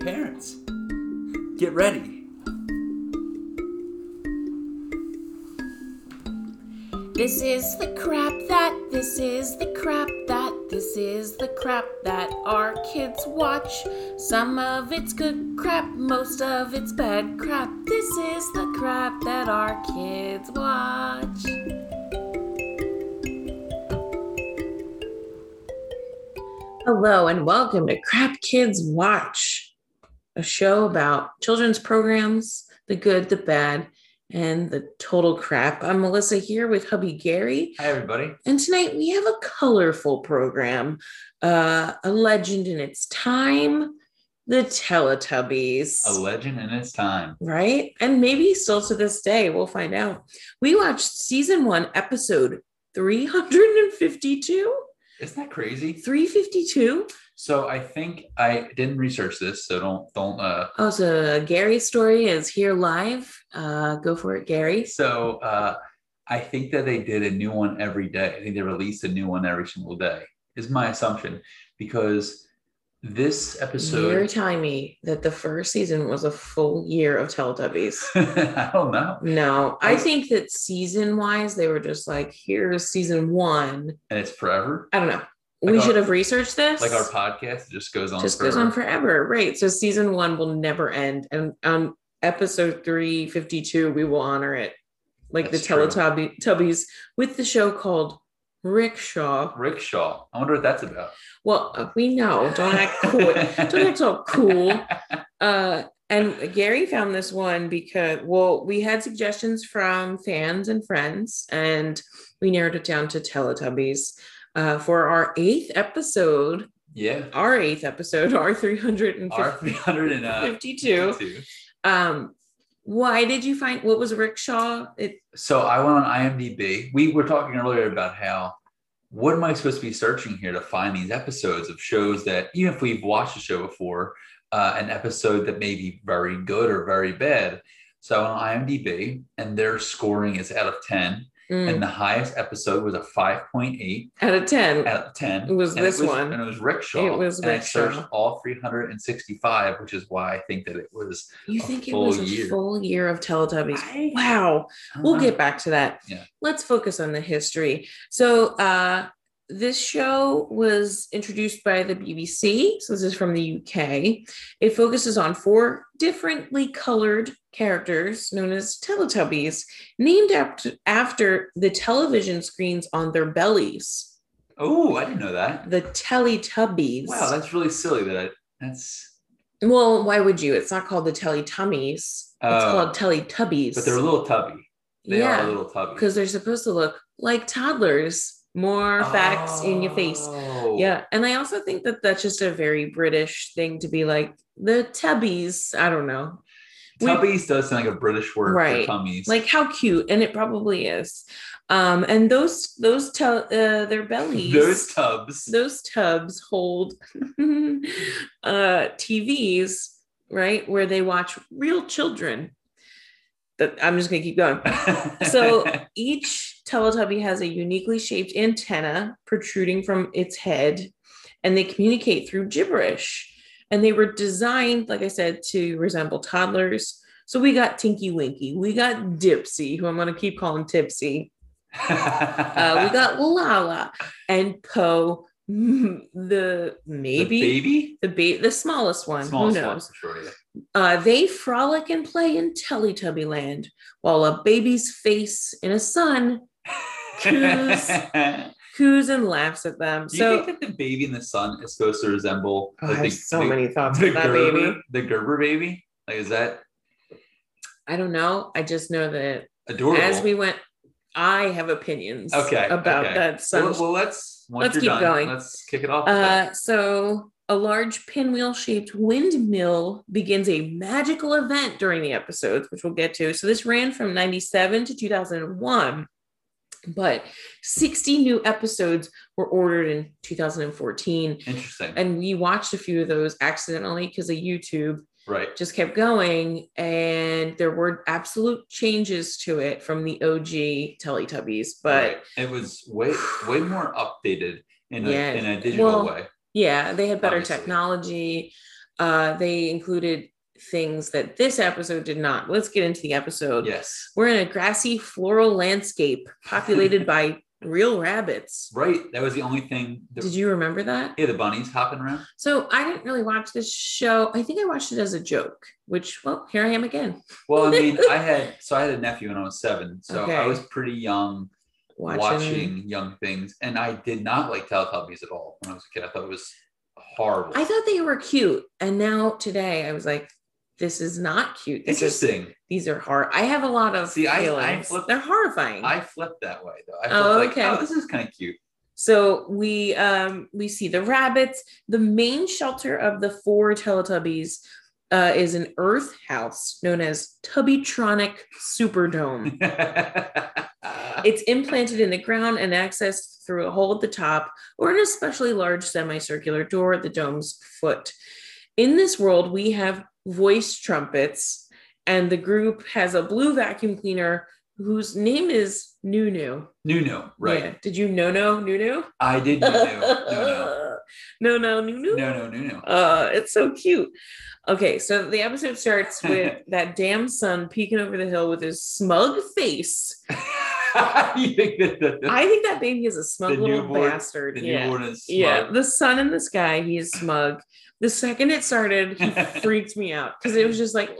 parents. Get ready. This is the crap that, this is the crap that, this is the crap that our kids watch. Some of it's good crap, most of it's bad crap. This is the crap that our kids watch. Hello, and welcome to Crap Kids Watch, a show about children's programs, the good, the bad, and the total crap. I'm Melissa here with hubby Gary, Hi, everybody. and tonight we have a colorful program, uh, a legend in its time, the Teletubbies. A legend in its time. Right? And maybe still to this day, we'll find out. We watched season one, episode 352. Isn't that crazy? 352? So I think I didn't research this, so don't don't. Uh, Oh, so Gary's story is here live. Uh, go for it, Gary. so uh, I think that they did a new one every day. I think they released a new one every single day. Is my assumption because this You're episode, telling me that the first season was a full year of Teletubbies. I don't know, No, I Oh. think that season wise, they were just like, here's season one. and it's forever. I don't know. Like we our- should have researched this. Like our podcast, it just goes on. just forever. goes on forever. Right. So season one will never end. And on episode 352, we will honor it. Like That's the true. Teletubbies Tubbies with the show called Rickshaw. Rickshaw. I wonder what that's about. Well, uh, we know. Don't act cool. don't act all cool. Uh, and Gary found this one because, well, we had suggestions from fans and friends, and we narrowed it down to Teletubbies uh, for our eighth episode. yeah. Our eighth episode, our three hundred and R three hundred and uh, fifty-two. Um, why did you find what was rickshaw? It So I went on IMDb. We were talking earlier about how what am I supposed to be searching here to find these episodes of shows that even if we've watched a show before, uh, an episode that may be very good or very bad. So I went on IMDb, and their scoring is out of ten, mm, and the highest episode was a five point eight out of ten. out of ten. It was and this one. and it was Rickshaw. It was and I searched Rickshaw. all three hundred and sixty-five, which is why I think that it was. You a think it full was a year. full year of Teletubbies? I- Wow. I don't we'll know. get back to that. Uh-huh. Yeah. Let's focus on the history. So, uh, this show was introduced by the BBC. So, this is from the UK. It focuses on four differently colored characters known as Teletubbies, named after, after the television screens on their bellies, Oh, I didn't know that. the Teletubbies. Wow, that's really silly. That I, that's well, why would you? It's not called the Teletubbies. it's Oh. called Teletubbies. But they're a little tubby. They yeah. are a little tubby. because they're supposed to look like toddlers, more facts in your face. Oh. Yeah. And I also think that that's just a very British thing to be like, the tubbies. I don't know. We- Tubbies does sound like a British word Right. for tummies. Like how cute. And it probably is. Um, and those, those, tel uh, their bellies, those tubs. those tubs hold uh, TVs, right? Where they watch real children. That I'm just going to keep going. So uh, each Teletubby has a uniquely shaped antenna protruding from its head, and they communicate through gibberish. And they were designed, like I said, to resemble toddlers. So we got Tinky Winky, we got Dipsy, who I'm going to keep calling Tipsy. Uh, we got Lala and Poe, mm, the the maybe baby. the ba- the smallest one. Smallest who knows? one for sure. Yeah. Uh, they frolic and play in Teletubby land while a baby's face in a sun Coos. coos and laughs at them. Do So you think that the baby in the sun is supposed to resemble Oh, I like, have the, so the- many thoughts the about that Gerber, baby. The Gerber baby? Like is that I don't know. I just know that adorable? as we went, I have opinions Okay, about okay. that sun. well, well, let's once Let's you're done, keep going. Let's kick it off. with that. Uh, so a large pinwheel shaped windmill begins a magical event during the episodes, which we'll get to. So this ran from 97 to 2001, but 60 new episodes were ordered in 2014. Interesting. And we watched a few of those accidentally because of YouTube. right. just kept going and there were absolute changes to it from the OG Teletubbies but Right. it was way way more updated in a, Yeah. in a digital Well, way. yeah they had better Obviously. technology uh, they included things that this episode did not. Let's get into the episode. Yes. We're in a grassy floral landscape populated by real rabbits. Right. That was the only thing. That, Did you remember that? yeah, the bunnies hopping around. So I didn't really watch this show. I think I watched it as a joke, which, well, here I am again Well, I mean, I had so I had a nephew when I was seven, so I Okay. was pretty young watching. watching. young things, and I did not like Teletubbies at all when I was a kid. I thought it was horrible. I thought they were cute. And now today I was like, this is not cute. This is Interesting. these are hard. I have a lot of See, I- I feelings. flipped- They're horrifying. I flipped that way though. I flipped Oh, like, okay. oh, this is kind of cute. so we um we see the rabbits. The main shelter of the four Teletubbies uh, is an Earth house known as Tubbytronic Superdome. it's implanted in the ground and accessed through a hole at the top or an especially large semicircular door at the dome's foot. In this world, we have voice trumpets, and the group has a blue vacuum cleaner whose name is Nunu. Nunu, right? Yeah. Did you no no Nunu? I did Nunu. Nunu. no no Nunu. No, no, Nunu. Uh, it's so cute. Okay, so the episode starts with that damn son peeking over the hill with his smug face. you think that the, the, I think that baby is a smug The little newborn- bastard. the yeah. newborn is smart? Yeah, the sun in the sky, he is smug. The second it started, he freaked me out because it was just like eh.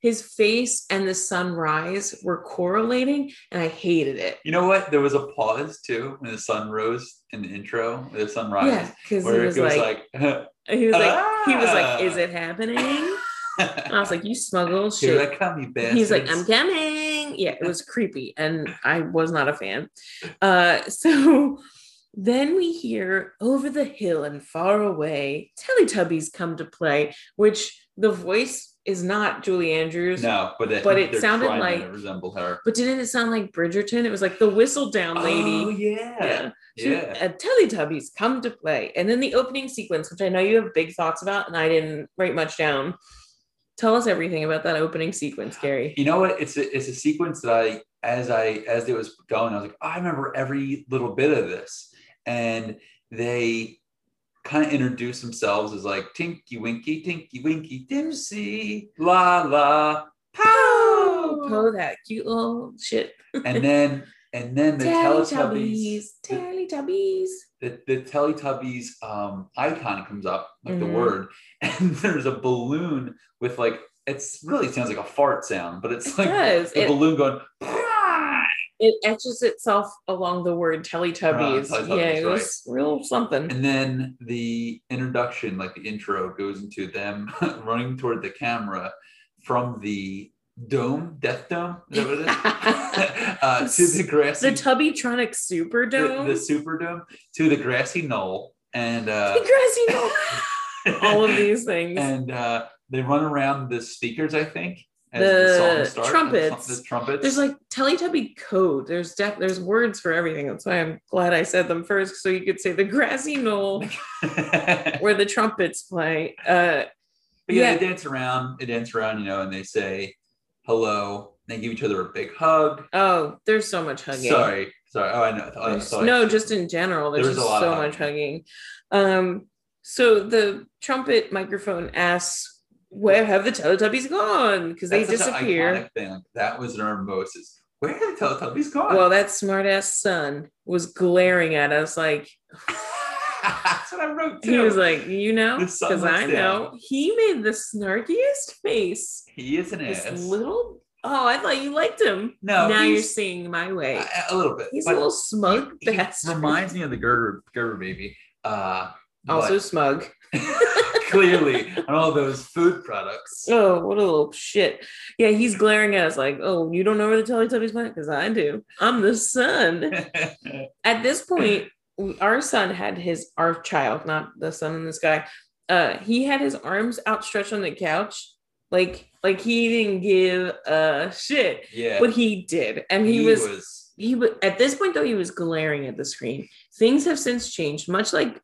his face and the sunrise were correlating, and I hated it. You know what? There was a pause too when the sun rose in the intro, the sun Yeah, rises, because he where it was, goes like, like, he was like, he was "Ah." like, is it happening? And I was like, you smug little here "Oh, shit. I come, you bastards. He's like, I'm coming. Yeah, it was creepy, and I was not a fan. Uh, so then we hear over the hill and far away, Teletubbies come to play, which the voice is not Julie Andrews. no, but, that, but it they're sounded trying like- to resemble her. But didn't it sound like Bridgerton? It was like the whistle down Oh lady. yeah, She- yeah. uh, Teletubbies come to play. And then the opening sequence, which I know you have big thoughts about, and I didn't write much down. Tell us everything about that opening sequence, Gary. You know what? It's a it's a sequence that I as I as it was going, I was like, "Oh, I remember every little bit of this. And they kind of introduce themselves as like Tinky Winky, Tinky Winky, Dimsy, La La, Pow! Pow. Pow, that cute little shit. and then and then the Teletubbies, Teletubbies, Teletubbies. the, the Teletubbies um, icon comes up, like Mhm. the word, and there's a balloon with like it's really sounds like a fart sound, but it's It like does. the It- balloon going. "Pah!" It etches itself along the word Teletubbies. Ah, Teletubbies, yeah, it was real something. And then the introduction, like the intro, goes into them running toward the camera from the dome, death dome, is that what it is? uh, to the grassy, the Tubbytronic Superdome. the, the Superdome, to the grassy knoll, and uh, The grassy knoll. all of these things. and uh, they run around the speakers, I think, as The the, song starts. trumpets. the, song- the trumpets. there's like Teletubby code. There's def- there's words for everything. That's why I'm glad I said them first, so you could say the grassy knoll where the trumpets play. Uh, But yeah, Yeah. they dance around, they dance around, you know, and they say hello. They give each other a big hug. oh, there's so much hugging. Sorry, sorry. Oh, I know. Oh, There's- sorry. no, just in general, there's, There's a just lot so of much hugging. Um, so the trumpet microphone asks, "Where have the Teletubbies gone?" Because they That's such an disappear. iconic Thing. Like, that was our Moses. Where did the Teletubbies gone? Well, that smartass son was glaring at us like that's what I wrote too. he was like, "You know," The sun because looks I know he made the snarkiest face. he is an ass. This little. Oh, I thought you liked him. No, now you're he's- seeing my way. a, a little bit. He's a but little smug he bastard. Reminds me of the Gerber Gerber baby. Uh, also smug. but clearly, on all those food products. Oh, what a little shit. Yeah, he's glaring at us like, oh, you don't know where the Teletubbies went? Because I do. I'm the son. At this point, we- our son had his, our child, not the son in the sky, uh, he had his arms outstretched on the couch. Like, like he didn't give a shit, yeah, but he did. And he, was, he was, at this point though, he was glaring at the screen. Things have since changed, much like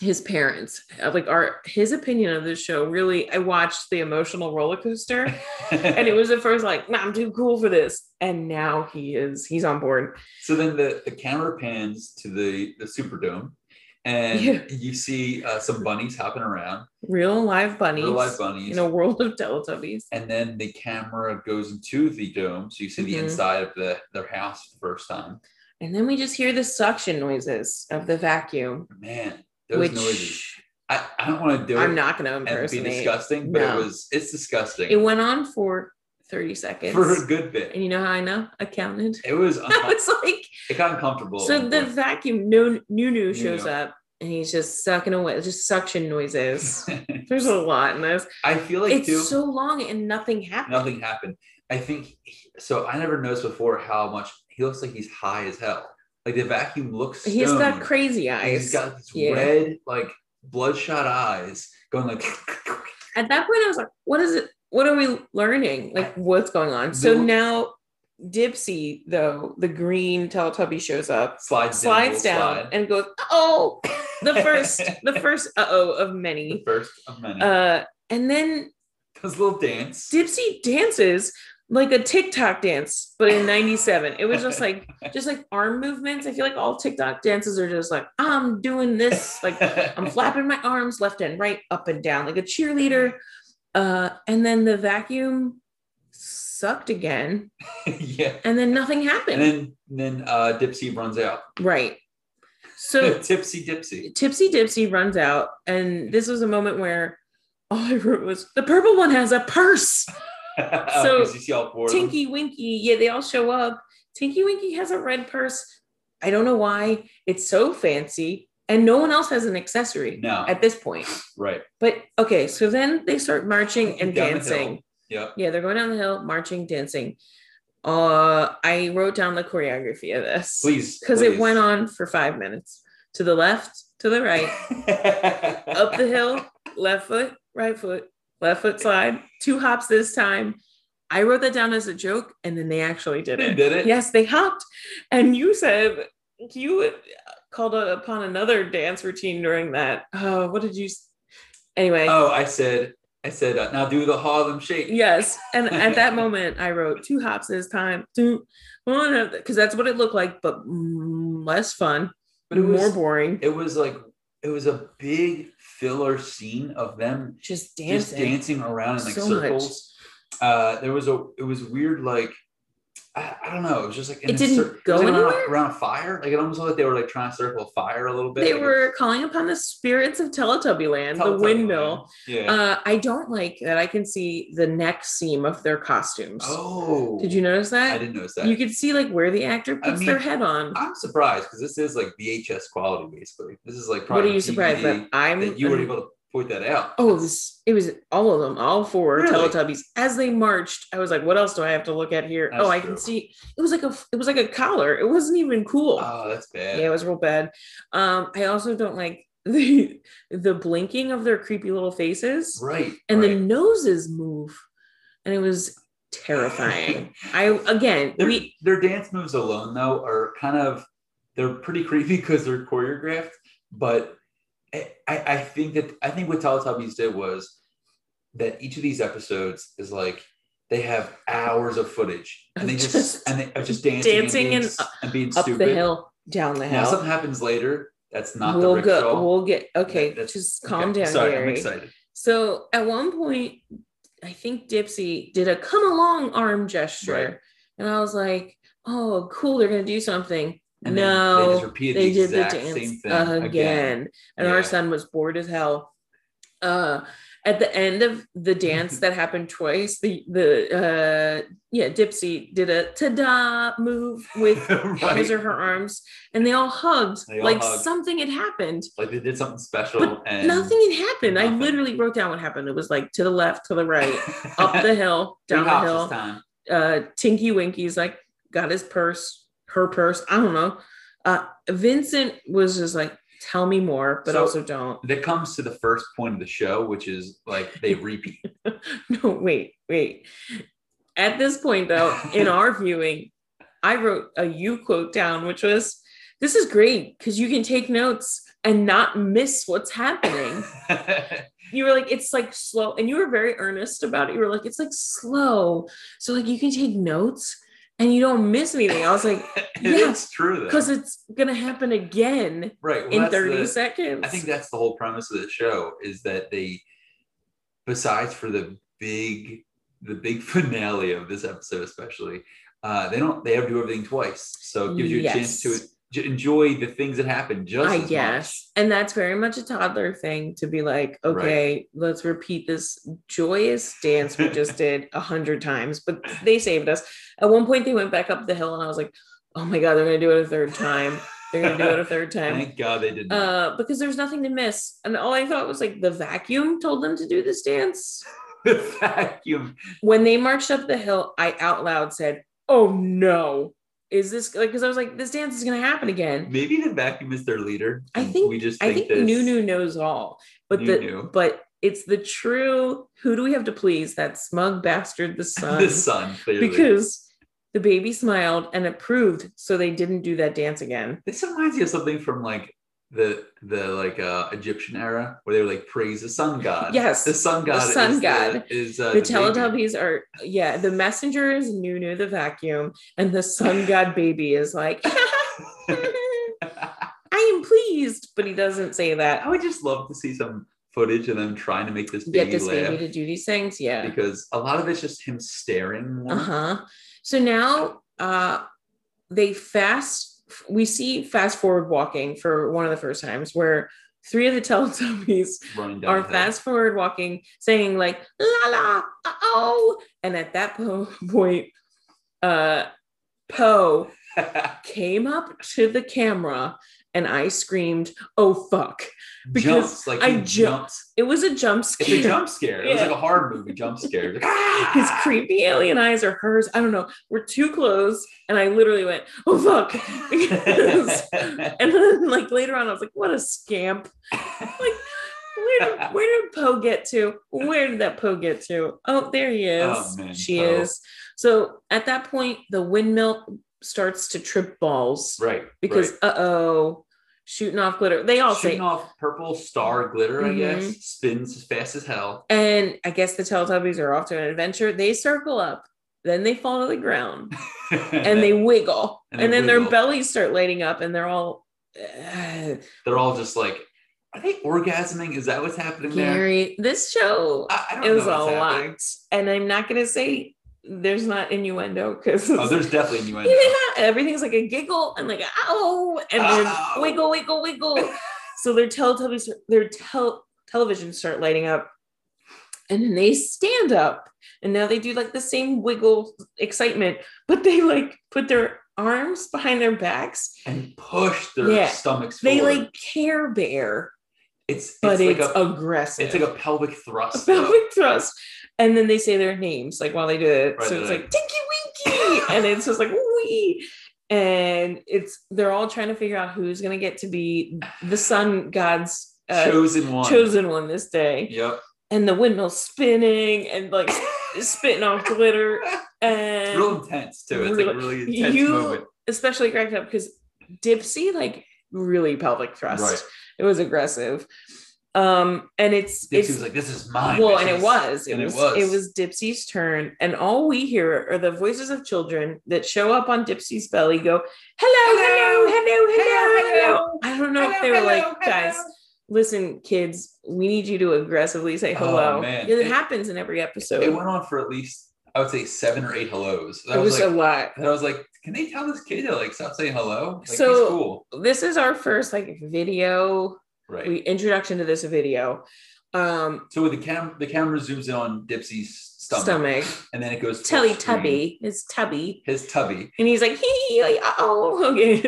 his parents, uh, like our, his opinion of this show really, I watched the emotional roller coaster and it was at first like, nah, I'm too cool for this. And now he is, he's on board. So then the, the camera pans to the, the Superdome, and Yeah. you see uh, some bunnies hopping around, Real live bunnies. real life bunnies. In a world of Teletubbies. and then the camera goes into the dome, so you see the Mhm. inside of the their house for the first time. And then we just hear the suction noises of the vacuum, Man, those which noises. I, I don't want to do I'm it not going to and be impersonate. disgusting, but No. it was it's disgusting It went on for 30 seconds. for Uh-huh. a good bit. and you know how I know? I counted. It was I uncom- was like, it got uncomfortable. so the vacuum, no, Nunu shows Nunu. up and he's just sucking away, just suction noises. There's a lot in this. I feel like it's too so long and nothing happened. nothing happened. I think he- so. I never noticed before how much he looks like he's high as hell. Like the vacuum looks. He's got stoned. crazy And He's eyes. got these Yeah. red, like bloodshot eyes going like. At that point, I was like, what is it? What are we learning? Like, what's going on? So The- now Dipsy, though, the green Teletubby shows up, slides down, slides little down, slide. and goes, oh, the first, the first uh oh of many. the first of many. Uh, and then Does a little dance. Dipsy dances like a TikTok dance, but in 97. It was just like, just like arm movements. I feel like all TikTok dances are just like, I'm doing this, like I'm flapping my arms left and right, up and down like a cheerleader. Uh, and then the vacuum sucked again, yeah. and then nothing happened. And then then uh, Dipsy runs out. right. So Tipsy Dipsy. Tipsy Dipsy runs out, and this was a moment where all I wrote was the purple one has a purse. So, 'Cause you see all four of them. Tinky Winky, yeah, they all show up. Tinky Winky has a red purse. I don't know why it's so fancy, and no one else has an accessory No. at this point. Right. But okay, so then they start marching and Down the dancing. Yep. Yeah, they're going down the hill, marching, dancing. Uh, I wrote down the choreography of this Please. because it went on for five minutes to the left, to the right, up the hill, left foot, right foot, left foot slide, two hops this time. I wrote that down as a joke, and then they actually did They it. did it. Yes, they hopped. And you said you called upon another dance routine during that. Oh, what did you? s- Anyway, Oh, I said, I said, uh, now do the Harlem Shake. yes. And at that moment, I wrote two hops this time, two, one, because that's what it looked like, but mm, less fun, But it was, more boring. it was like, it was a big filler scene of them just dancing. just dancing around in like So much. circles. Uh, there was a, it was weird, like, I, I don't know. It was just like, in It a didn't cir- go it was, like, anywhere? around, around a fire. Like it almost looked like they were like trying to circle a fire a little bit. They like, were calling upon the spirits of Teletubby Land, the Teletubby windmill. line. Yeah. Uh, I don't like that I can see the neck seam of their costumes. oh. Did you notice that? I didn't notice that. You could see like where the actor I puts their mean, head on. I'm surprised because this is like VHS quality, basically. This is like What are probably you surprised DVD that I'm? that you were able to point that out. um, oh, this it was all of them, all four Really? Teletubbies. As they marched, I was like, "What else do I have to look at here?" That's oh, I true. can see. It was like a it was like a collar. It wasn't even cool. Oh, that's bad. yeah, it was real bad. Um, I also don't like the the blinking of their creepy little faces. Right. and the right. noses move and it was terrifying i again their, we their dance moves alone though are kind of they're pretty creepy because they're choreographed, but I, I I think that I think what Teletubbies did was that each of these episodes is like they have hours of footage and they just, Just and they are just dancing, dancing and being, and s- and being up stupid. the hill down the Now hill something happens later. That's not the we'll rickshaw. go we'll get okay That- that's- just Okay, calm down Sorry, I'm Gary. excited. so at one point i think dipsy did a come along arm gesture Right. and i was like oh cool they're gonna do something And then no they just repeated they the did the exact dance same thing again. again. and Yeah. our son was bored as hell uh at the end of the dance that happened twice the the uh yeah dipsy did a ta-da move with Right. his or her arms and they all hugged They all like hugged. something had happened Like they did something special But and nothing had happened i nothing. literally wrote down what happened it was like to the left to the right up the hill Three down the hops hill this time. uh Tinky Winky's like got his purse, her purse. I don't know. Uh Vincent was just like, tell me more, but So- also don't. That comes to the first point of the show, which is like they repeat. No, wait, wait. At this point, though, in our viewing, I wrote a you quote down, which was this is great because you can take notes and not miss what's happening. you were like, it's like slow, and you were very earnest about it. You were like, it's like slow. So like you can take notes and you don't miss anything. I was like, yeah, it's true though. because it's gonna happen again right well, in that's 30 the- seconds. I think that's the whole premise of the show is that they, besides for the big, the big finale of this episode especially, uh, they don't they ever do everything twice, so it gives you a chance to Yes. j- enjoy the things that happen. Just I as guess. And that's very much a toddler thing to be like, Right. okay, let's repeat this joyous dance we just did a hundred times, but they saved us. At one point, they went back up the hill, and I was like, oh my God, they're going to do it a third time. They're going to do it a third much. time. Thank God they didn't. Uh, because there's nothing to miss. And all I thought was like the vacuum told them to do this dance. the vacuum. When they marched up the hill, I out loud said, oh no. Is this like because I was like, this dance is gonna happen again. Maybe the vacuum is their leader. I and think- we just I think, think this. Nunu knows all, but the Nunu. but it's the true who do we have to please? That smug bastard, the son, the sun clearly. because the baby smiled and approved, so they didn't do that dance again. This reminds me of something from like the the like uh Egyptian era where they were like praise the sun god. Yes, the sun god. sun is god. the, is uh, the the baby. Teletubbies are yeah. The messenger is Nunu, the vacuum, and the sun god baby is like. I am pleased, but he doesn't say I that. would just love to see some footage of them trying to make this baby Get this laugh baby to do these things. Yeah. because a lot of it's just him staring. more. Uh-huh. So now uh they fast we see fast forward walking for one of the first times where three of the Teletubbies Running down are the hill. fast forward walking singing like la la uh oh and at that po- point uh Poe came up to the camera and I screamed oh fuck because jumps like I he ju- jumps. it was a jump It's a scare jump scare. It was like a Yeah. horror movie jump scare. Like, his "Ah!" creepy alien eyes or hers I don't know were too close and I literally went oh fuck because And then, like later on, I was like, "What a scamp! Like, where did, where did Poe get to? Where did that Poe get to? Oh, there he is. Oh, man, she Poe. is." So at that point, the windmill starts to trip balls right. because right. uh oh, shooting off glitter. They all shooting say, off purple star glitter, I Mhm. guess, spins as fast as hell. and I guess the Teletubbies are off to an adventure. They circle up, then they fall to the ground, and they wiggle, And and, they then wiggle. their bellies start lighting up, and they're all. Uh, they're all just like, are they orgasming? Is that what's happening there? Gary, this show I, I don't it was a know. What's lot happening. and i'm not going to say there's not innuendo because Oh, there's definitely innuendo. everything's like a giggle and like ow and then Ow. wiggle wiggle wiggle so their teletubbies their tel- televisions start lighting up and then they stand up and now they do like the same wiggle excitement but they like put their arms behind their backs And push their Yeah. stomachs they forward. like care bear it's, it's but like it's, a, aggressive it's like a pelvic thrust. though. pelvic thrust. And then they say their names like while they do it. Right, so it's they're like Tinky Winky. and it's just like wee. And it's they're all trying to figure out who's gonna get to be the sun god's uh, chosen one. chosen one this day. Yep. And the windmill's spinning and like spitting off glitter. It's And real intense too. It's like a really intense you moment. especially cracked up because Dipsy like really pelvic thrust. Right. It was aggressive. Um, and it's Dixie it's was like, "This is mine." well, and bitches." it was. It And was, it was Dipsy's turn, and all we hear are the voices of children that show up on Dipsy's belly. Go, hello, hello, hello, hello, hello. I don't know if they were like, guys, listen, kids, we need you to aggressively say Oh, hello. man. Because it, It- happens in every episode. It went on for at least, I would say, seven or eight hellos. That it was, was like, a lot. And I was like, can they tell this kid to like stop saying hello? Like he's So- cool. This is our first like video Right. we, introduction to this video. Um, so with the cam the camera zooms in on Dipsy's stomach, stomach, and then it goes full Telly screen. Tubby, it's Tubby, His tubby. and he's like, hee, hee, like, oh, okay.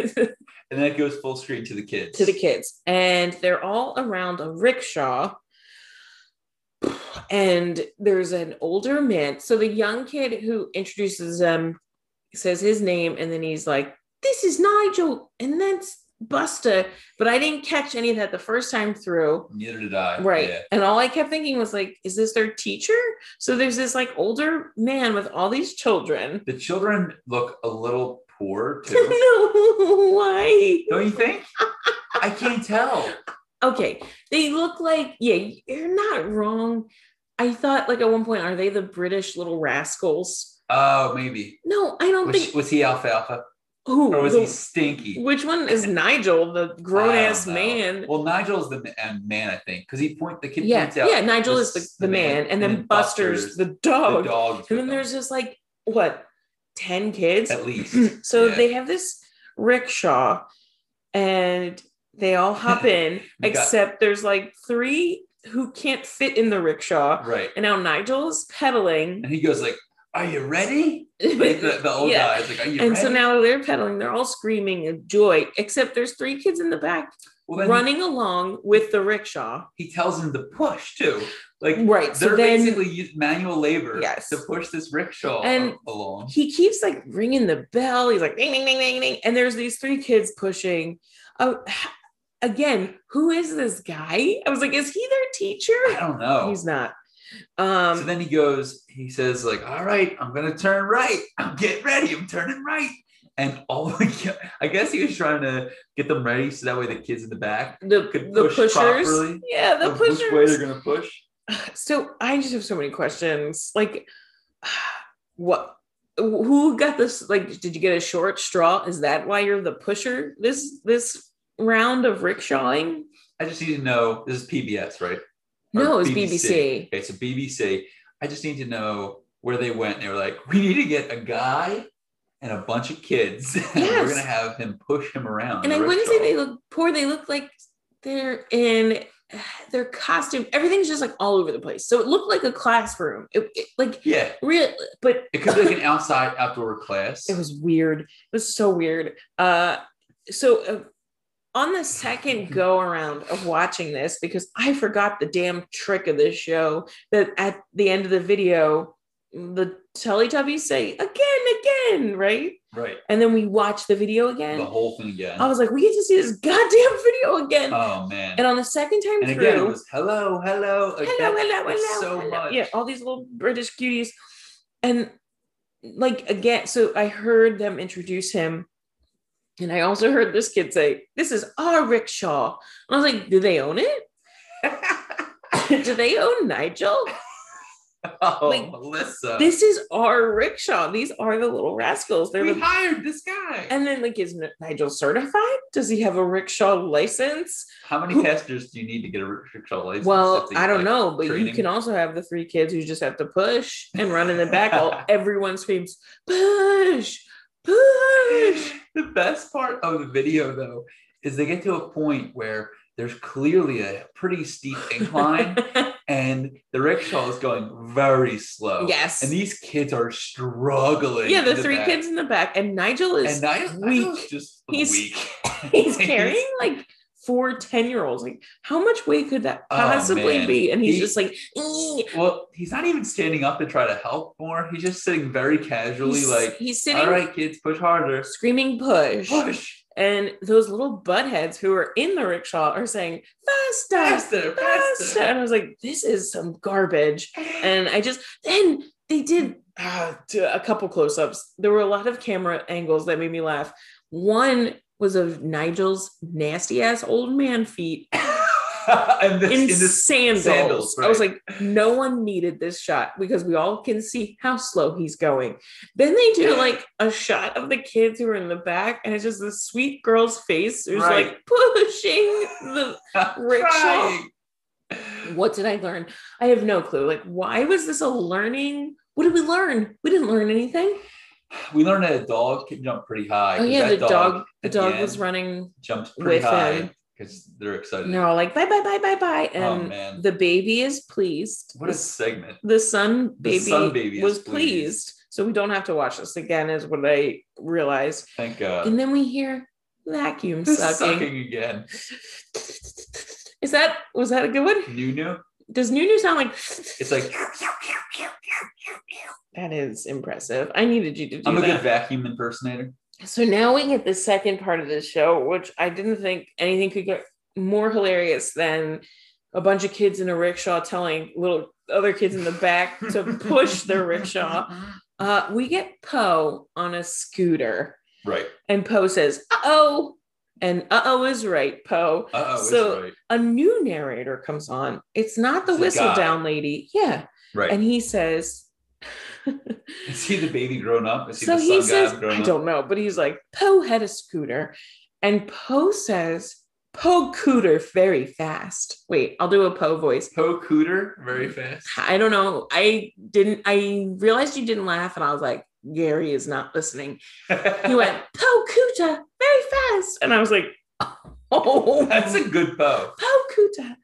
And then it goes full screen to the kids. to the kids and they're all around a rickshaw and there's an older man so the young kid who introduces them says his name and then he's like this is nigel and that's busta but i didn't catch any of that the first time through Neither did I. right Yeah. and all i kept thinking was like is this their teacher so there's this like older man with all these children The children look a little poor too. no why Don't you think? I can't tell. okay they look like yeah you're not wrong i thought like at one point are they the british little rascals Oh, maybe. No, I don't Was, think. was he alfalfa Who? or was the- he stinky? which one is Nigel, the grown ass I don't know. man? Well, Nigel's the ma- uh, man, I think, because he point the kid yeah, points out yeah. Nigel the- is the, the the, man, man, and, and then then Buster's, Buster's the the dog. dogs. and with then them, there's just like what ten kids at least. so Yeah. they have this rickshaw and they all hop in We got- except there's like three who can't fit in the rickshaw right. and now nigel's pedaling And he goes like, "Are you ready?" Like the, the old Yeah. guy is like, "Are you and ready?" so now they're pedaling they're all screaming of joy except there's three kids in the back well, then running along with the rickshaw He tells him to push too. Like right Mm. so they're then basically use manual labor Yes. to push this rickshaw And- a- along. he keeps like ringing the bell. He's like ding ding ding ding ding, and there's these three kids pushing. Oh, again, who is this guy? I was like, is he their I teacher? don't know. He's not. Um, so then he goes, he says, like, all right, I'm gonna turn right. I'm getting ready, I'm turning right. And all the ki- I guess he was trying to get them ready so that way the kids in the back the could the push pushers, properly. yeah, the of which way they're pushers. gonna push. So I just have so many questions. Like, what? Who got this? Like, did you get a short straw? Is that why you're the pusher? This this round of rickshawing? I just need to know this is PBS, right? Or No, it's BBC. Okay, so BBC. I just need to know where they went. They were like, we need to get a guy and a bunch of kids. and we're Yes. gonna have him push him around. and the I wouldn't say rickshaw." they look poor. They look like they're in their costume. Everything's just like all over the place. So it looked like a classroom. It, it- like Yeah, real, but it could be like an outside outdoor class. it was weird. It was so weird. Uh, so uh, on the second go around of watching this, because I forgot the damn trick of this show that at the end of the video, the Teletubbies say again, again, right? right. And then we watch the video again. The whole thing again. I was like, we get to see this goddamn video again. Oh man. Oh, And on the second time And through, again, it was hello, hello, like hello, that- hello, it's hello, so hello. much. Yeah, all these little British cuties. And like again, so I heard them introduce him. And I also heard this kid say, This is our rickshaw. And I was like, Do they own it? Do they own Nigel? Oh, Like, Melissa, This is our rickshaw. These are the little rascals. They're we the hired this guy. and then like is Nigel certified? Does he have a rickshaw license? How many who- passengers do you need to get a rickshaw license? Well, If they, I don't like, know, but you training? can also have the three kids who just have to push and run in the back. All everyone screams, push, push. the best part of the video though is they get to a point where there's clearly a pretty steep incline and the rickshaw is going very slow. yes. And these kids are struggling. yeah, the in three back. kids in the back, and Nigel and is Nigel, weak. Nigel's just He's- weak. he's carrying like four 10 year olds. Like, how much weight could that Oh, possibly man. be? And he's He- just like, "Ee." Well, he's not even standing up to try to help more. He's just sitting very casually, he's, like, he's all sitting, right, kids, push harder. screaming, push. Push And those little buttheads who are in the rickshaw are saying, faster, faster, pasta. faster. And I was like, this is some garbage. And I just, then they did uh, a couple close ups. There were a lot of camera angles that made me laugh. One was of Nigel's nasty ass old man feet and this, in, in this, sandals. sandals, I was like, no one needed this shot because we all can see how slow he's going. Then they do like a shot of the kids who are in the back, and it's just this sweet girl's face who's Right. like pushing the rickshaw. Trying. what did I learn? I have no clue. Like, why was this a learning? What did we learn? We didn't learn anything. We learned that a dog can jump pretty high. oh 'cause yeah, that the dog, the at the dog was end running. jumped pretty with high him. because they're excited. And they're all like, bye bye bye bye bye. oh And man, the baby is pleased. what a segment! the son The baby, son baby is was pleased. pleased. So we don't have to watch this again, is what I realized. Thank God. And then we hear vacuum Uh, This sucking. sucking again. Is that was that a good one? Nunu, Does Nunu sound like it's like that is impressive. I needed you to do I'm a that. good vacuum impersonator. So now we get the second part of the show, which I didn't think anything could get more hilarious than a bunch of kids in a rickshaw telling little other kids in the back to push their rickshaw. Uh, we get Poe on a scooter, Right. and Poe says, "Uh oh," and "Uh oh" is right, Poe. Uh oh. So- right. A new narrator comes on. It's not the It's a whistle guy. down lady, yeah, Right. and he says. Is he the baby grown up? Is he so the he son says, god grown I up? don't know, but he's like, Poe had a scooter. And Poe says, Poe cooter very fast. Wait, I'll do a Poe voice. Poe Cooter, very fast. I don't know. I didn't, I realized you didn't laugh. And I was like, Gary is not listening. He went, Poe cooter very fast. And I was like, oh, That's a good Poe. Poe cooter.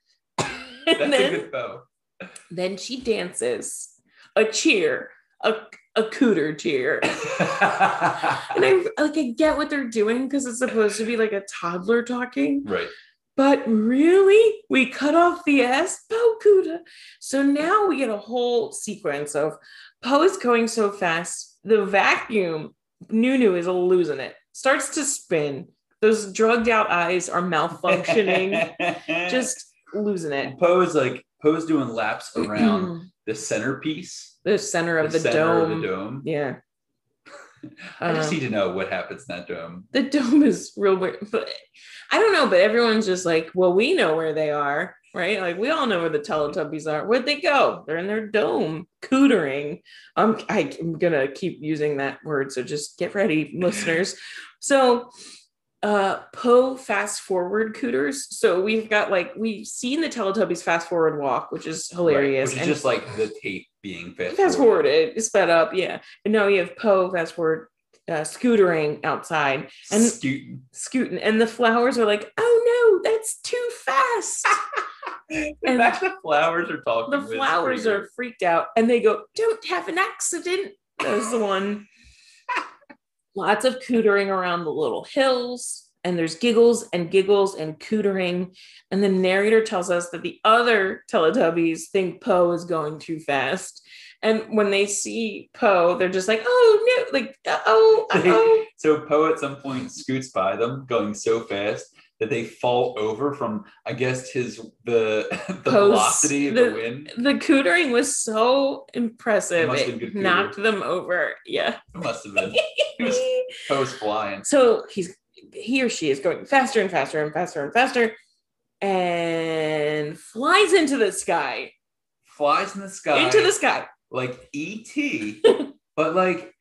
That's And a then good Poe. Then she dances a cheer, a, a cooter cheer. And I like I get what they're doing because it's supposed to be like a toddler talking, right. but really we cut off the S Poe cooter. So now we get a whole sequence of Poe is going so fast, the vacuum, Nunu is losing it, starts to spin. Those drugged out eyes are malfunctioning, just losing it. Poe is like Poe's doing laps around the centerpiece, the center of the, center dome. of the dome. Yeah. I just Um, need to know what happens in that dome. the dome is real weird, but I don't know. But everyone's just like, well, we know where they are, right? Like we all know where the Teletubbies are. Where'd they go? They're in their dome, cootering. I'm I, I'm gonna keep using that word, so just get ready, listeners. So, uh, Poe fast forward cooters. So we've got like we've seen the Teletubbies fast forward walk, which is hilarious. Right, Which is and- just like the tape being fast, fast forward it sped up yeah and now you have poe fast forward uh, scootering outside and- Scootin'. scooting and the flowers are like oh no that's too fast The fact the flowers are talking. the is flowers pretty are freaked out and they go don't have an accident that's the one lots of cootering around the little hills and there's giggles and giggles and cootering and the narrator tells us that the other teletubbies think poe is going too fast and when they see poe they're just like oh no like oh oh So Poe at some point scoots by them, going so fast that they fall over from, I guess, his the the Poe's- velocity of the, the- wind. the cootering was so impressive Must've been it good knocked them over yeah It must have been. It was Poe's flying. So he's he or she is going faster and faster and faster and faster and flies into the sky. Flies in the sky Into the sky. like ET, but like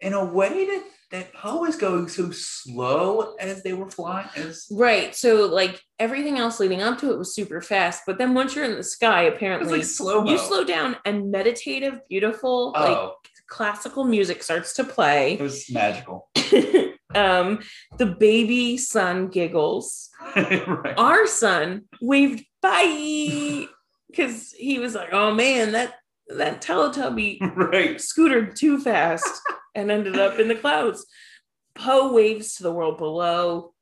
in a way that that Poe is going so slow as they were flying. As Right. So like everything else leading up to it was super fast. But then once you're in the sky, it was apparently like slow mo. you slow down and meditative, beautiful, like oh, classical music starts to play. it was magical. um, the baby son giggles. right. our son waved bye because he was like, "Oh man, that that Teletubby Right. scootered too fast and ended up in the clouds." Poe waves to the world below.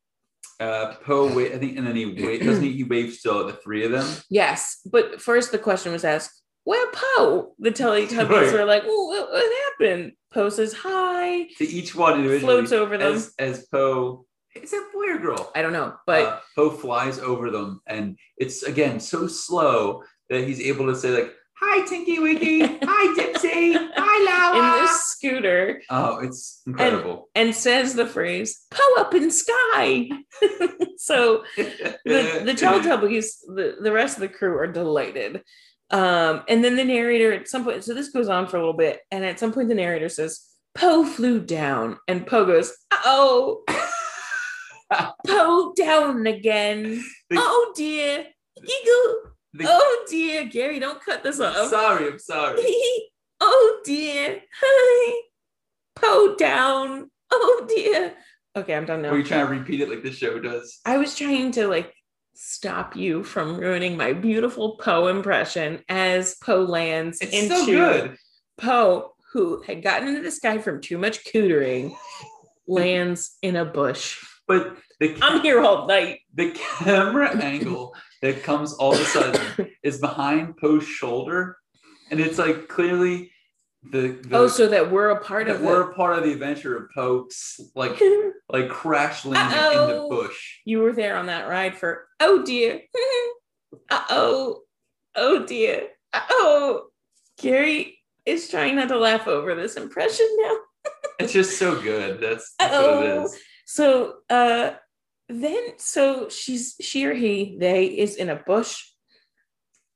Uh, Poe, wa- I think, and then he wa- doesn't he, he waves still at the three of them. Yes, but first the question was asked, "Where Poe?" The Teletubbies Right. were like, "Well, what, what happened?" Poe says, "Hi," To each one individually, floats over them. as as Poe. It's a boy or girl. I don't know, but uh, Poe flies over them, and it's again so slow that he's able to say like, "Hi, Tinky Winky. Hi, Dipsy. Hi, in Lala." this scooter, Oh, it's incredible. and says the phrase "Poe up in sky." so the, the Teletubbies, the, the rest of the crew are delighted. Um, and then the narrator at some point, so this goes on for a little bit, and at some point the narrator says, Poe flew down, and Poe goes, oh. Poe down again. The- oh dear. Giggle. The- oh dear. Gary, don't cut this I'm off. sorry. I'm sorry. oh dear. Hi. Poe down. Oh dear. Okay, I'm done now. Were you trying to repeat it like the show does? I was trying to like stop you from ruining my beautiful Poe impression as Poe lands It's into so good. Poe, who had gotten into the sky from too much cootering, lands in a bush. But the I'm here all night. the camera angle that comes all of a sudden is behind Poe's shoulder, and it's like clearly the, the oh, so that we're a part that of we're a part of the adventure of Poe s- like it. like crash landing in the Uh-oh. bush. you were there on that ride for oh dear. uh oh. Oh dear. Uh oh. Gary is trying not to laugh over this impression now. It's just so good. That's, that's what it Uh-oh. is. So uh then so she's she or he, they is in a bush.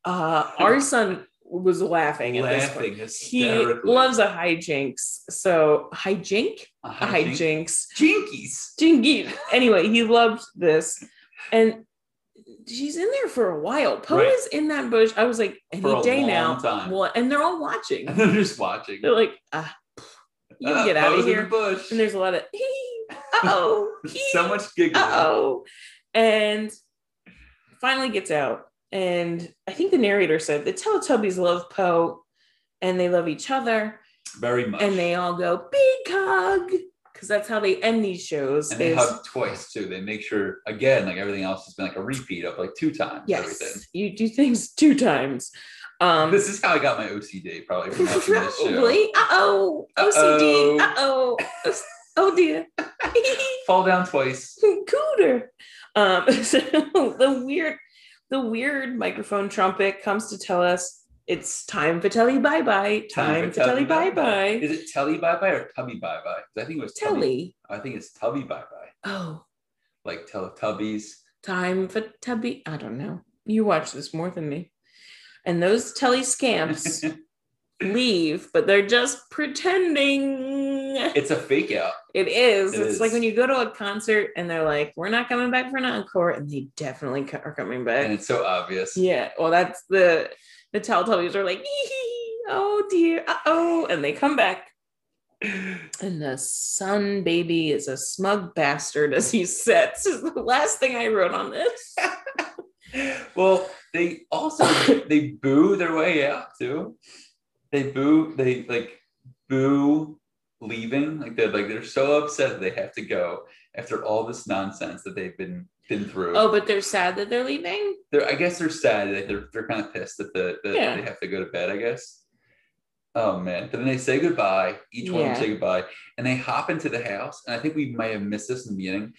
Uh our son was laughing at this point. laughing He hysterically. loves a hijinks. So hijink, a a hijinks, Uh-huh. Jinkies. jinky. Anyway, he loved this, and she's in there for a while. Poe Right. is in that bush. I was like, any For a day long now. time. Well, and they're all watching. And they're just watching. They're like, ah, you Ah, get out Poe's of in the here. bush. And there's a lot of, oh, so much giggling. uh oh. And finally gets out. And I think the narrator said the Teletubbies love Poe and they love each other. Very much. And they all go, big hug. Because that's how they end these shows. And they is- hug twice too. They make sure again, like everything else has been like a repeat of like two times. Everything. yes, you do things two times. Um, this is how I got my OCD probably from watching this show. probably. Uh oh. OCD. Uh oh. Oh dear. Fall down twice. cooter. Um, so the weird, the weird microphone trumpet comes to tell us it's time for Telly bye bye. Time for Telly bye bye. Is it Telly bye bye or Tubby bye bye? I think it was Tubby. Telly. I think it's Tubby bye bye. Oh, Like Teletubbies. time for Tubby. I don't know. You watch this more than me. And those Telly scamps leave, but they're just pretending. It's a fake out. It is. It it's is. like when you go to a concert and they're like, "We're not coming back for an encore," and they definitely co- are coming back. And it's so obvious. Yeah, well, that's the the Teletubbies are like, oh dear, uh oh, and they come back, and the sun baby is a smug bastard as he sets. Is the last thing I wrote on this. Well, they also they boo their way out too. They boo. They like boo leaving. Like they're like they're so upset that they have to go after all this nonsense that they've been been through. Oh, but they're sad that they're leaving. They're, I guess they're sad. Like they're they're kind of pissed that the that Yeah. they have to go to bed. I guess. Oh man! But then they say goodbye. Each one of them Yeah. say goodbye, and they hop into the house. And I think we might have missed this in the beginning.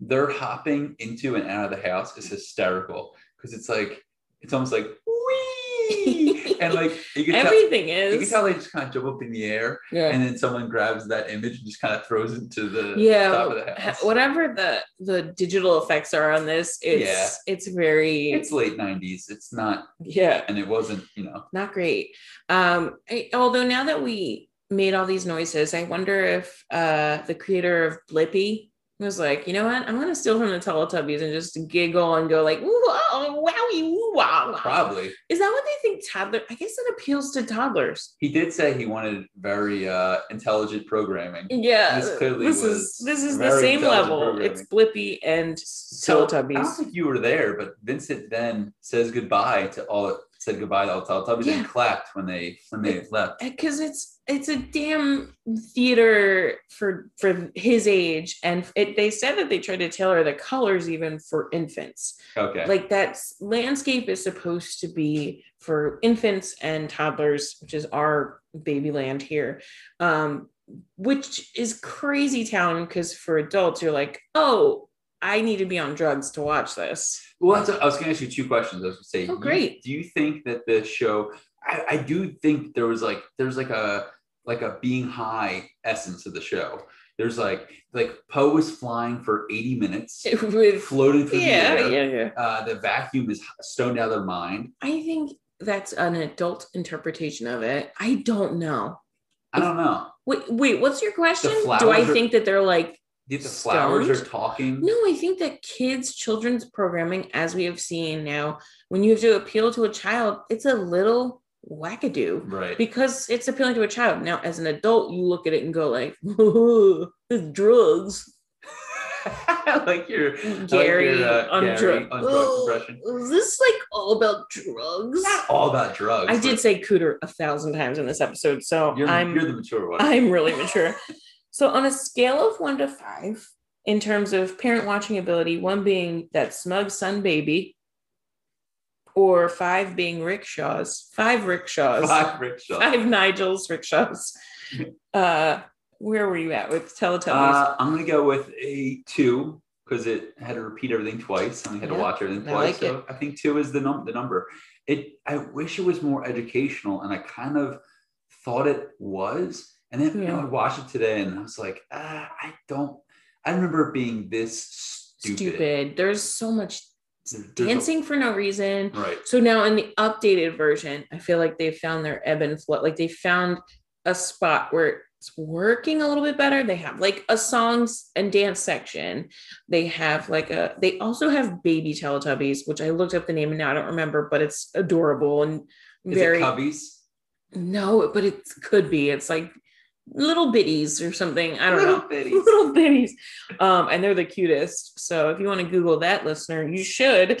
Their hopping into and out of the house is hysterical because it's like it's almost like wee, and like you can tell, Everything you can is. tell they just kind of jump up in the air, Yeah. and then someone grabs that image and just kind of throws it to the top of the Yeah, house. whatever the the digital effects are on this, it's it's very it's late '90s. It's not, yeah and it wasn't. You know, not great. Um, I- although now that we made all these noises, I wonder if uh, the creator of Blippi was like, you know what, I'm gonna steal from the Teletubbies and just giggle and go like, whoa, wowie, woo, wow, wow. probably. Is that what they think toddler? I guess it appeals to toddlers. He did say he wanted very uh, intelligent programming. Yeah, This clearly this was is this is the very same intelligent level. programming. It's Blippi and So, I don't Teletubbies. think you were there, but Vincent then says goodbye to all said goodbye to all Teletubbies Yeah. and clapped when they when they left. because eh, it's it's a damn theater for for his age and it, they said that they tried to tailor the colors even for infants Okay. like that s- landscape is supposed to be for infants and toddlers which is our baby land here um which is crazy town because for adults you're like oh i need to be on drugs to watch this well, that's, I was going to ask you two questions. I was going to say, Oh, you- great. Do you think that the show? I, I do think there was like there's like a like a being high essence of the show. There's like like Poe was flying for 80 minutes, with floated through yeah the air. yeah yeah Uh, the vacuum is stoned out of their mind. i think that's an adult interpretation of it i don't know I don't know. Wait, wait, what's your question? Do I flowers are- think that they're like, Did the flowers Stoned? are talking? no, I think that kids, children's programming, as we have seen now, when you have to appeal to a child, it's a little wackadoo Right. because it's appealing to a child. Now, as an adult, you look at it and go like, it's drugs. like your Gary, uh, on Gary drug. on drug Oh, impression. Is this like all about drugs? not all about drugs. I but did say cooter a thousand times in this episode, so You're, I'm you're the mature one. I'm really mature. so on a scale of one to five, in terms of parent watching ability, one being that smug sun baby, or five being rickshaws, five rickshaws, five, Five rickshaw. Nigel's rickshaws. Uh, where were you at with Teletubbies? Uh, I'm gonna go with a two because it had to repeat everything twice. I only had Yeah, to watch everything I twice. like so I think two is the num- the number. It. I wish it was more educational, and I kind of thought it was. And then you know, Yeah. I watched it today, and I was like, ah, I don't. I remember it being this stupid. Stupid. There's so much There's a- dancing for no reason. right. So now in the updated version, I feel like they found their ebb and flow. Like they found a spot where it's working a little bit better. They have like a songs and dance section. They have like a they also have baby Teletubbies, which I looked up the name and now I don't remember, but it's adorable and Is very it Cubbies? no, but it could be. It's like little bitties or something. I don't Little know. bitties. little bitties. Um, and they're the cutest. So if you want to Google that listener, you should.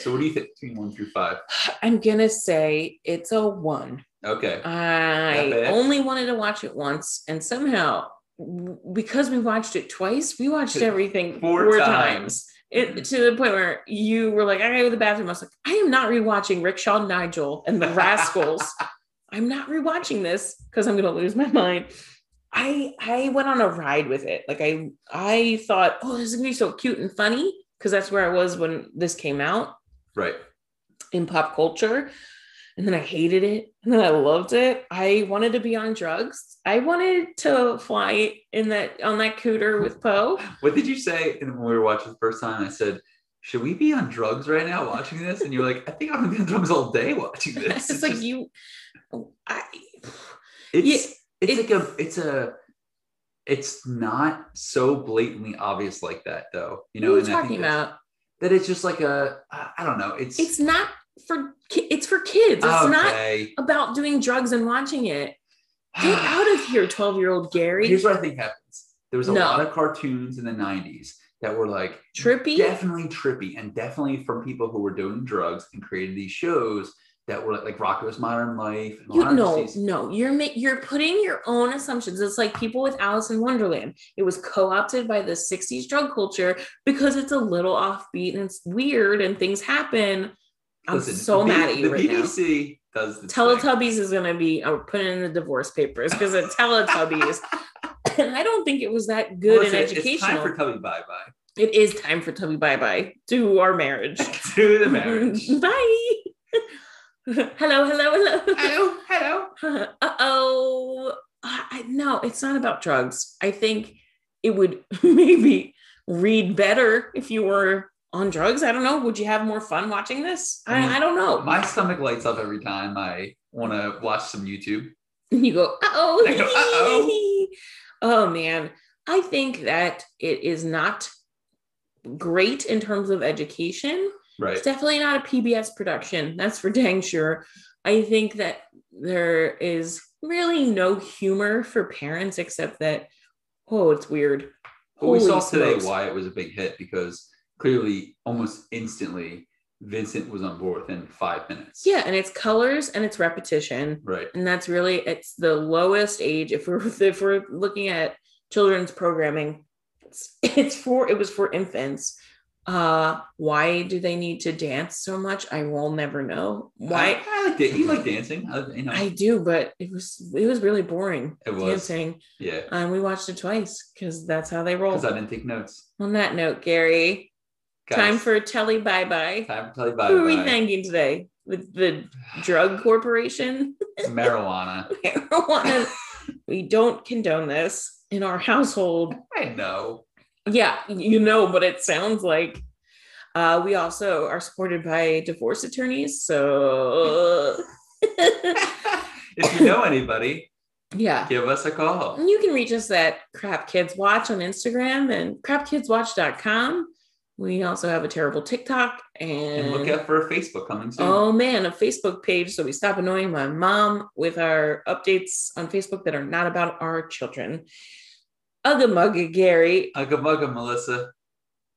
So what do you think between one through five? I'm gonna say it's a one. Okay. Not I bad. only wanted to watch it once, and somehow w- because we watched it twice, we watched everything Four four, times. times. Mm-hmm. It, to the point where you were like, I gotta go to the bathroom. I was like, I am not rewatching Rickshaw Nigel and the Rascals. I'm not rewatching this because I'm gonna lose my mind. I I went on a ride with it. Like I I thought, oh, this is gonna be so cute and funny because that's where I was when this came out Right. in pop culture. And then I hated it. And then I loved it. I wanted to be on drugs. I wanted to fly in that on that cooter with Poe. What did you say when we were watching the first time? I said, should we be on drugs right now watching this? And you're like, I think I'm gonna be on drugs all day watching this. it's, like just- you I it's yeah, it's it- like a it's a it's not so blatantly obvious like that though. You know, what are you and I think talking that's- about? That it's just like a I I don't know. It's It's not for ki- it's for kids. It's not Oh, okay. about doing drugs and watching it. Get out of here, 12-year-old Gary. Here's what I think happens. There was a No. lot of cartoons in the 90s that were like Trippy. definitely trippy and definitely from people who were doing drugs and created these shows that were like, like Rocco's Modern Life. And a lot You of no, these- no, you're ma- you're putting your own assumptions. It's like people with Alice in Wonderland. It was co-opted by the 60s drug culture because it's a little offbeat and it's weird and things happen. I'm Listen, so the B- mad at you the right now. BBC does the Teletubbies is gonna be I'm putting in the divorce papers because of Teletubbies. and I don't think it was that good and educational. It's time for Tubby Bye Bye. it is time for Tubby Bye Bye to our marriage. to the marriage. Bye. hello, hello, hello. hello, hello. uh oh. I, I- no, it's not about drugs. I think it would maybe read better if you were on drugs. I don't know. Would you have more fun watching this? Mm. I, I don't know. My stomach lights up every time I want to watch some YouTube. And you go, I go, "Uh-oh." oh. oh, man. I think that it is not great in terms of education. Right. It's definitely not a PBS production. That's for dang sure. I think that there is really no humor for parents except that, oh, it's weird. But we saw Holy today smokes. why it was a big hit because clearly, almost instantly, Vincent was on board within five minutes. Yeah, and it's colors and it's repetition. Right. And that's really it's the lowest age. If we're if we're looking at children's programming, it's, it's for it was for infants. Uh, why do they need to dance so much? I will never know. Why I, I like it. You like dancing. I, you know, I do, but it was it was really boring It was. dancing. yeah. And Um, we watched it twice because that's how they roll. Because I didn't take notes. On that note, Gary, Guys, time for Telly Bye Bye. time for Telly Bye Who are we Bye. thanking today? With the drug corporation? Marijuana. Marijuana. we don't condone this in our household. I know. Yeah, you know what it sounds like. Uh, we also are supported by divorce attorneys. So, if you know anybody, yeah. give us a call. And you can reach us at Crap Kids Watch on Instagram and crapkidswatch.com. We also have a terrible TikTok and, And look out for a Facebook coming soon. Mm. oh man, a Facebook page. So we stop annoying my mom with our updates on Facebook that are not about our children. Ugga mugga Gary. Ugga mugga, Melissa.